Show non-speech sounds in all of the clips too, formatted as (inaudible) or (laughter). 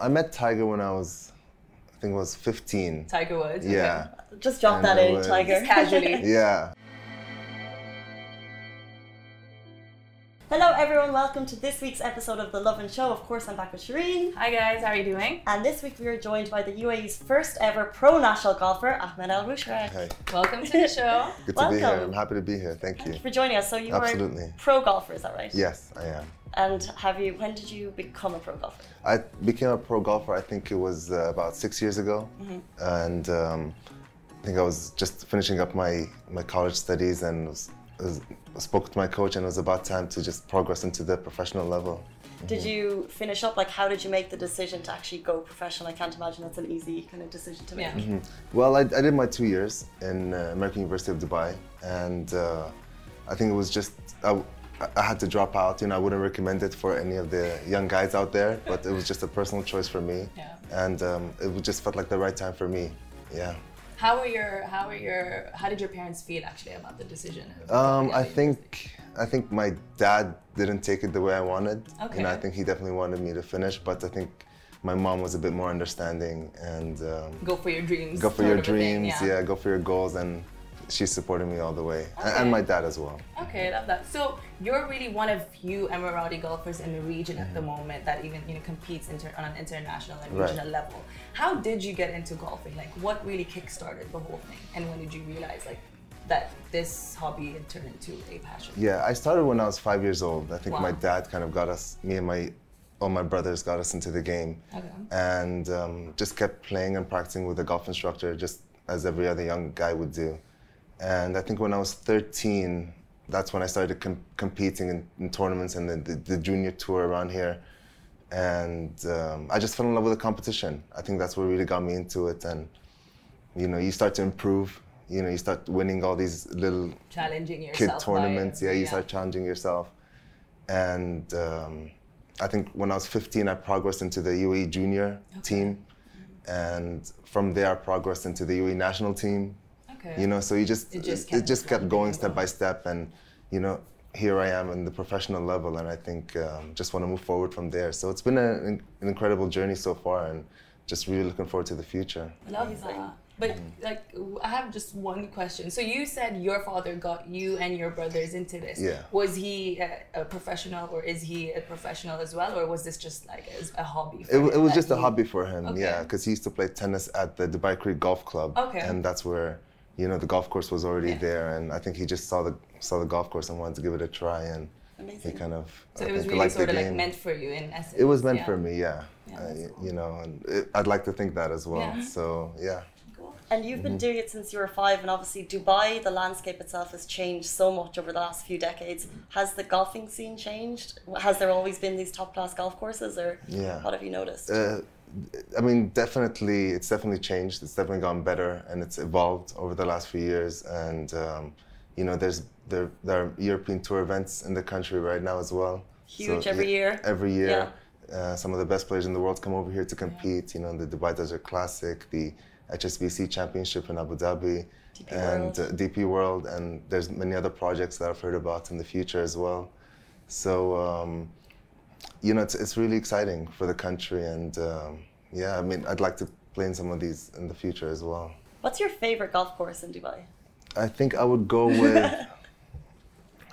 I met Tiger when I was, I think I was 15. Tiger Woods. okay. Yeah. Just drop And that it in, was- Tiger. Casually. Yeah. (laughs) Hello, everyone. Welcome to this week's episode of The Love and Show. Of course, I'm back with Shireen. Hi guys, how are you doing? And this week we are joined by the UAE's first ever pro national golfer, Ahmed Al Rushrek. Hey, Welcome to the (laughs) show. good to be here. Welcome. I'm happy to be here. Thank you. Thank you for joining us. So you are Absolutely. pro golfer, is that right? Yes, I am. And have you? When did you become a pro golfer? I became a pro golfer, I think it was uh, about six years ago. And um, I think I was just finishing up my, my college studies and was, was, spoke to my coach, and it was about time to just progress into the professional level. Did Mm-hmm. you finish up? Like, how did you make the decision to actually go professional? I can't imagine that's an easy kind of decision to make. Yeah. Mm-hmm. Well, I, I did my two years in uh, American University of Dubai, and uh, I think it was just I, I had to drop out. You know, I wouldn't recommend it for any of the young guys out there, but it was just a personal choice for me, Yeah. and um, it just felt like the right time for me. Yeah. How were your how were your how did your parents feel actually about the decision? of Um, going I out? think I think my dad didn't take it the way I wanted. Okay. You know, I think he definitely wanted me to finish, but I think my mom was a bit more understanding and. Um, go for your dreams. go for sort your of a thing, dreams yeah. go for your goals and she supported me all the way A- and, Okay. my dad as well Okay, love that. So you're really one of few Emirati golfers in the region at the moment that even you know competes inter- on an international and Mm-hmm. Right. regional level. How did you get into golfing? Like, what really kickstarted the whole thing? And when did you realize like that this hobby had turned into a passion? yeah i started when i was five years old i think my Wow. dad kind of got us me and my all my brothers got us into the game Okay. and um, just kept playing and practicing with a golf instructor just as every other young guy would do and i think when i was 13 that's when i started com- competing in, in tournaments and the, the, the junior tour around here and um, i just fell in love with the competition i think that's what really got me into it and you know you start to improve you know you start winning all these little Challenging kid yourself. by- tournaments yeah you start challenging yourself and um, i think when i was 15 i progressed into the uae junior team and from there i progressed into the uae national team Okay. you know so you just It it just just, kept kept going going step by step and you know here i am in the professional level and i think um, just want to move forward from there so it's been a, an incredible journey so far and just really looking forward to the future Love Amazing. that. But Mm. like, w- I have just one question. So you said your father got you and your brothers into this. Yeah. Was he a, a professional, or is he a professional as well, or was this just like a, a hobby? for It, wa- him it was that just a he- hobby for him, yeah, 'cause Okay. yeah, because he used to play tennis at the Dubai Creek Golf Club, Okay. and that's where, you know, the golf course was already Yeah. there, and I think he just saw the saw the golf course and wanted to give it a try, and he Amazing. kind of So I it was think, really liked sort the of like game. meant for you in essence. it was meant yeah. for me, yeah, Yeah, Uh, that's y- you know, and it, I'd like to think that as well. Yeah. So yeah, Cool. And you've been Mm-hmm. doing it since you were five, and obviously Dubai, the landscape itself has changed so much over the last few decades. Has the golfing scene changed? Has there always been these top class golf courses, or Yeah. what have you noticed? uh, I mean, definitely, it's definitely changed. It's definitely gone better, and it's evolved over the last few years. And um, you know, there's there there are European tour events in the country right now as well. Huge every yeah, year. Every year, uh, some of the best players in the world come over here to compete. You know, the Dubai Desert Classic, the HSBC Championship in Abu Dhabi, DP and World. uh, DP World, and there's many other projects that I've heard about in the future as well. So. Um, you know, it's, it's really exciting for the country. And um, yeah, I mean, I'd like to play in some of these in the future as well. What's your favorite golf course in Dubai? I think I would (laughs) go with,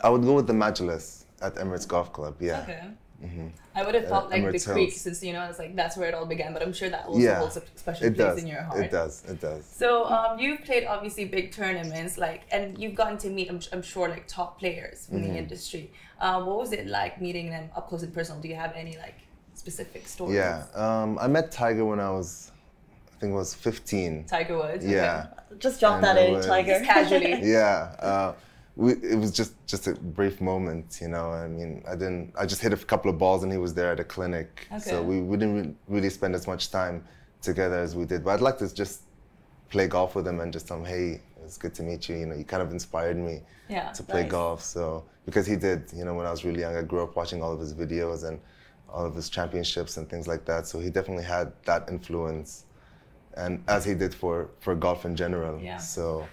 I would go with the Majlis at Emirates Golf Club. Yeah. Okay. Mm-hmm. I would Uh, have felt like the Emirates creek, Hills. since you know, it's like that's where it all began. But I'm sure that also Yeah, holds a special It place does. in your heart. It does. It does. So um, you've played obviously big tournaments, like, and you've gotten to meet, I'm, I'm sure, like top players in Mm-hmm. the industry. Um, what was it like meeting them up close and personal? Do you have any like specific stories? Yeah. Um, I met Tiger when I was, I think I was 15. Tiger Woods. okay. Yeah. Just drop And that it in, was- Tiger. Just (laughs) (laughs) casually. yeah. Uh, we, it was just just a brief moment, you know. I mean, I didn't. I just hit a couple of balls, and he was there at a clinic. Okay. So we, we didn't re- really spend as much time together as we did. But I'd like to just play golf with him and just tell him, hey, it's good to meet you. You know, you kind of inspired me Yeah. to play Nice. golf. So because he did, you know, when I was really young, I grew up watching all of his videos and all of his championships and things like that. So he definitely had that influence, and as he did for for golf in general. Yeah. So,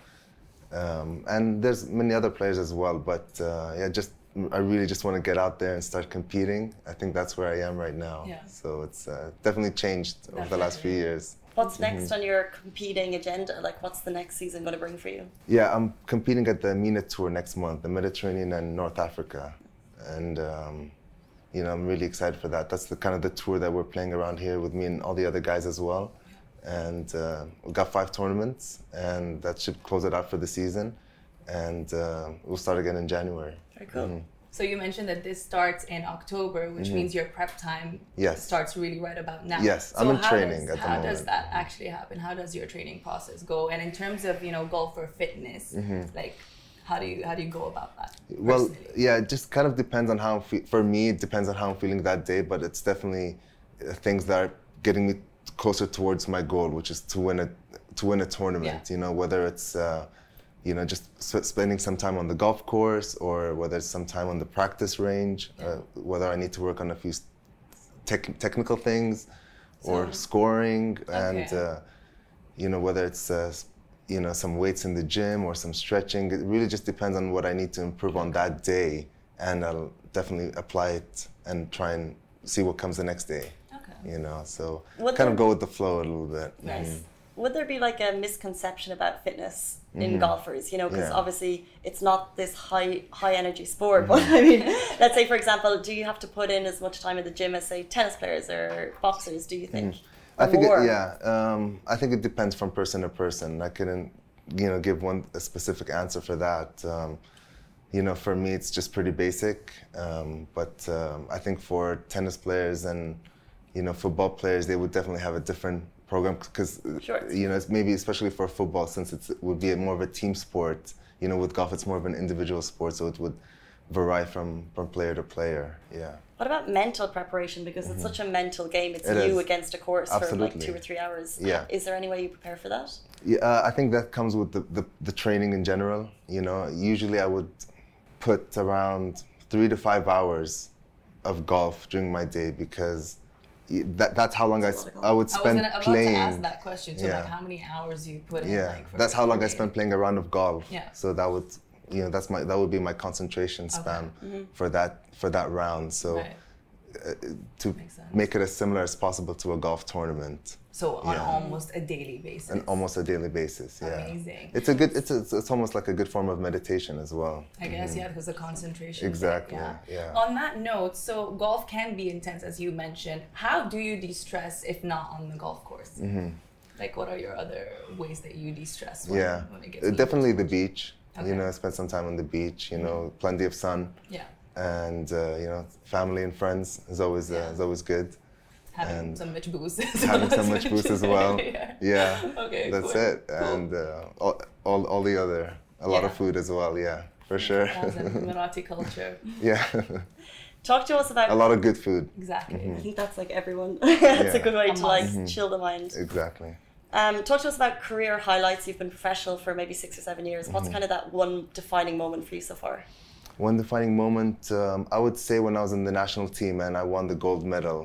um, and there's many other players as well, but uh, yeah, just I really just want to get out there and start competing. I think that's where I am right now. Yeah. So it's uh, definitely changed over the last few years. (laughs) What's next on your competing agenda? Like, what's the next season going to bring for you? Yeah, I'm competing at the MENA tour next month, the Mediterranean and North Africa, and um, you know I'm really excited for that. That's the kind of the tour that we're playing around here with me and all the other guys as well. And uh, we've got five tournaments, and that should close it out for the season. And uh, we'll start again in January. Very cool. So you mentioned that this starts in October, which means your prep time Mm-hmm. Yes. starts really right about now. Yes, so I'm in how training at does, the How does moment. that actually happen? How does your training process go? And in terms of you know golfer fitness, like how do you how do you go about that? Mm-hmm. Well, personally? yeah, it just kind of depends on how I'm fe- for me it depends on how I'm feeling that day, but it's definitely uh, things that are getting me closer towards my goal, which is to win a to win a tournament. Yeah. You know, whether it's uh, you know just s- spending some time on the golf course or whether it's some time on the practice range, uh, whether I need to work on a few s- tech technical things or So- scoring and. Okay. Uh, you know whether it's uh, s- you know some weights in the gym or some stretching it really just depends on what i need to improve on that day and i'll definitely apply it and try and see what comes the next day okay. you know so What kind of the- go with the flow a little bit Nice. Would there be like a misconception about fitness in golfers? You know, because Mm-hmm. Yeah. obviously it's not this high high energy sport. But Mm-hmm. I mean, (laughs) let's say for example, do you have to put in as much time at the gym as say tennis players or boxers? Do you think? Mm-hmm. I Or think more? It, yeah. Um, I think it depends from person to person. I couldn't, you know, give one a specific answer for that. Um, you know, for me, it's just pretty basic. Um, but um, I think for tennis players and you know football players, they would definitely have a different program because Sure. you know it's maybe especially for football since it's, it would be a more of a team sport. You know, with golf, it's more of an individual sport, so it would vary from from player to player. Yeah. What about mental preparation? Because it's such a mental game. It's Mm-hmm. It you is. against a course for Absolutely. like two or three hours. Yeah. Is there any way you prepare for that? Yeah, uh, I think that comes with the, the, the training in general. You know, usually I would put around three to five hours of golf during my day because y- that, that's how long I, s- That's a lot of I would I was spend gonna, about playing. to ask that question too, like Yeah. how many hours you put in. yeah, like, for that's how long I training. spend playing a round of golf. Yeah. So that would, you know, that's my that would be my concentration span for that for that round. So Mm-hmm. Right. to Makes sense. make it as similar as possible to a golf tournament. So on Yeah. almost a daily basis. on almost a daily basis. Yeah, Amazing. It's a good. It's a, it's almost like a good form of meditation as well. I guess yeah, because the concentration. bit, mm-hmm. Exactly, yeah. On that note, so golf can be intense, as you mentioned. How do you de-stress if not on the golf course? Mm-hmm. Like, what are your other ways that you de-stress? When, Yeah, when it gets Uh, heated? definitely the beach. Okay. Mm-hmm. You know, spend some time on the beach. You know, plenty of sun, Yeah, and uh, you know, family and friends is always uh, Yeah. is always (laughs) good. having And so much (laughs) booze. Having so much boost as well. (laughs) yeah. Yeah, Okay, that's cool, it. cool. And uh, all, all all the other a lot of Yeah. food as well. Yeah, for sure. (laughs) Awesome, Emirati culture. yeah, (laughs) Talk to us about. a lot of good food. Exactly. Mm-hmm. I think that's like everyone. (laughs) that's a Yeah. Mm-hmm. good way A to like must. chill the mind. Exactly. Um, talk to us about career highlights. You've been professional for maybe six or seven years. What's Mm-hmm. kind of that one defining moment for you so far? One defining moment, um, I would say when I was in the national team and I won the gold medal,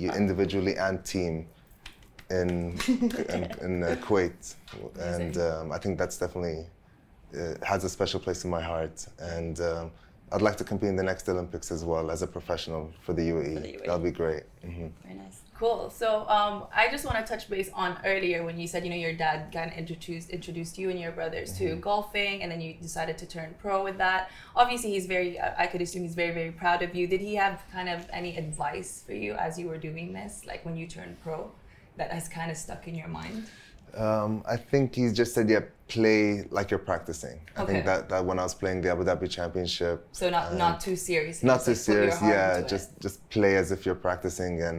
you individually and team, in in, in uh, Kuwait, and Amazing. um, I think that's definitely uh, has a special place in my heart. And um, I'd like to compete in the next Olympics as well as a professional for the UAE. the UAE. That'd be great. hmm Very nice. Cool. So um, I just want to touch base on earlier when you said you know your dad kind of introduced introduced you and your brothers to Mm-hmm. golfing, and then you decided to turn pro with that. Obviously, he's very. I I could assume he's very very proud of you. Did he have kind of any advice for you as you were doing this, like when you turned pro, that has kind of stuck in your mind? Um, I think he just said, yeah, play like you're practicing. I Okay. think that, that when I was playing the Abu Dhabi Championship, So not not too serious. Uh, not just, too like, serious put your heart yeah into it. just just play as if you're practicing and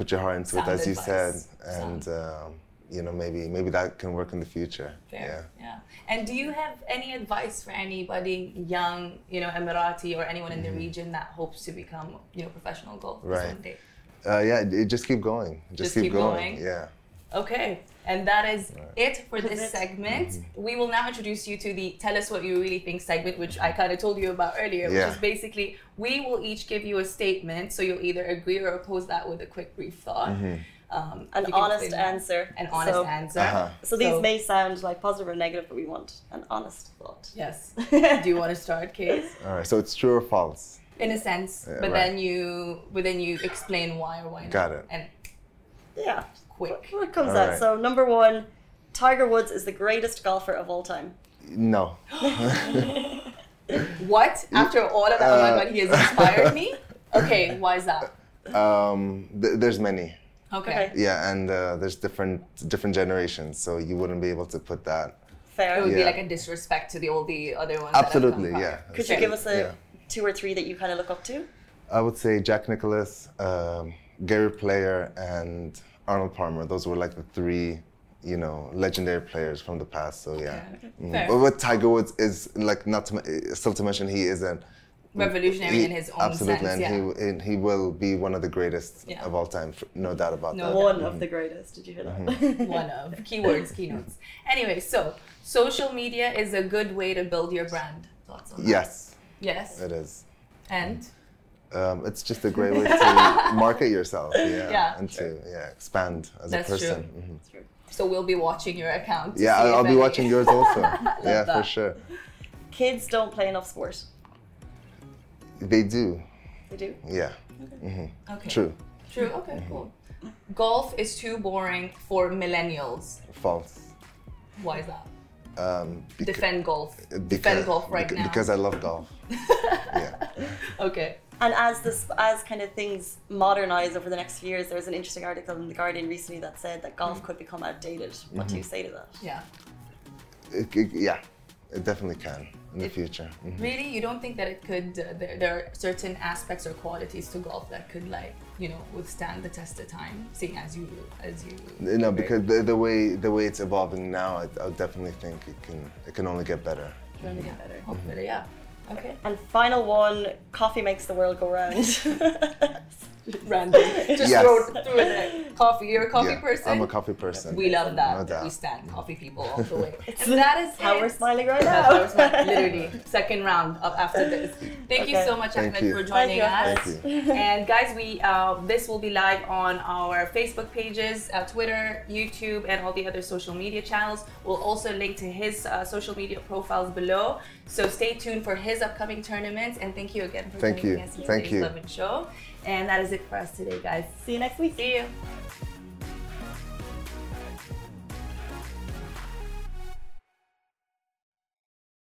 put your heart into Sound it as you said advice. and um, you know maybe maybe that can work in the future Fair. Yeah. And do you have any advice for anybody young, you know, Emirati or anyone in the region that hopes to become, you know, professional golfer Mm-hmm. Right. someday? yeah uh, yeah it- just keep going just, Just keep going. yeah Okay. And that is it for this That's it. segment. Mm-hmm. We will now introduce you to the Tell Us What You Really Think segment, which I kind of told you about earlier, Yeah. which is Mm-hmm. basically we will each give you a statement. So you'll either agree or oppose that with a quick brief thought. Um, if An you can honest explain that. answer. An honest So- answer. Uh-huh. So these So- may sound like positive or negative, but we want an honest (laughs) thought. Yes. Do you want to start, Case? All right. So it's true or false. In a sense, Yeah, but right. then you, but then you explain why or why not. Got it. And Yeah. quick. Well, it comes All out. right. So number one, Tiger Woods is the greatest golfer of all (laughs) time. (gasps) No. What? After all of that, oh my Uh, god, he has inspired (laughs) me. Okay, why is that? um, th- there's many. Okay. Okay. Yeah, and uh, there's different different generations, so you wouldn't be able to put that. It Fair. would be Yeah. like a disrespect to the all the other ones. that have come Absolutely. back. Yeah. Could you Sure. give us a Yeah. two or three that you kind of look up to? I would say Jack Nicholas, um, Gary Player, and Arnold Palmer. Those were like the three, you know, legendary players from the past. So yeah. Okay. Mm. Fair. But with Tiger Woods is like not to, m- still to mention he is an Revolutionary he- in his own absolutely, sense. and yeah. he w- and he will be one of the greatest Yeah. of all time, f- no doubt about No that. doubt. One of the greatest. Did you hear that? Mm-hmm. (laughs) one of keywords keynotes anyway so social media is a good way to build your brand thoughts on that? Yes, yes it is. and Um, it's just a great way (laughs) to market yourself, yeah, Yeah. and to yeah expand as That's a true. person. Mhm. so we'll be watching your account to Yeah, see I'll, if I'll be any- watching yours (laughs) also. yeah, for that. sure. Kids don't play enough sport. They do. They do. Yeah, okay true. Mm-hmm. true okay cool golf is too boring for millennials False. why is that Um, beca- defend golf because, defend golf right uh, beca- now Because I love (laughs) golf. yeah. okay And as this, as kind of things modernize over the next few years, there was an interesting article in the Guardian recently that said that golf could become outdated. What do you say to that? yeah It- it- yeah, it definitely can in the future. Mhm. really you don't think that it could uh, there, there are certain aspects or qualities to golf that could like you know withstand the test of time seeing as you as you Mm-hmm. No, because the, the way the way it's evolving now, I, I definitely think it can it can only get better. You want to get Mm-hmm. better. hopefully yeah okay And final one, coffee makes the world go round. (laughs) random. Just Yes. throw through it. Coffee. You're a coffee yeah, person. I'm a coffee person. we love No that. doubt. Mm-hmm. we stand coffee people all the (laughs) way. and that is How it. we're (laughs) smiling right That's how we're (laughs) smiling. now. Literally, second round up after this. Thank you Okay. so much, Thank Ahmed, you. for Thank joining you. us. Thank you. (laughs) and guys, we uh, this will be live on our Facebook pages, uh, Twitter, YouTube, and all the other social media channels. We'll also link to his uh, social media profiles below. So stay tuned for his upcoming tournaments. And thank you again for Thank joining you. us. in Thank today's you. Love and Show. And that is it for us today, guys. See you next week. See you.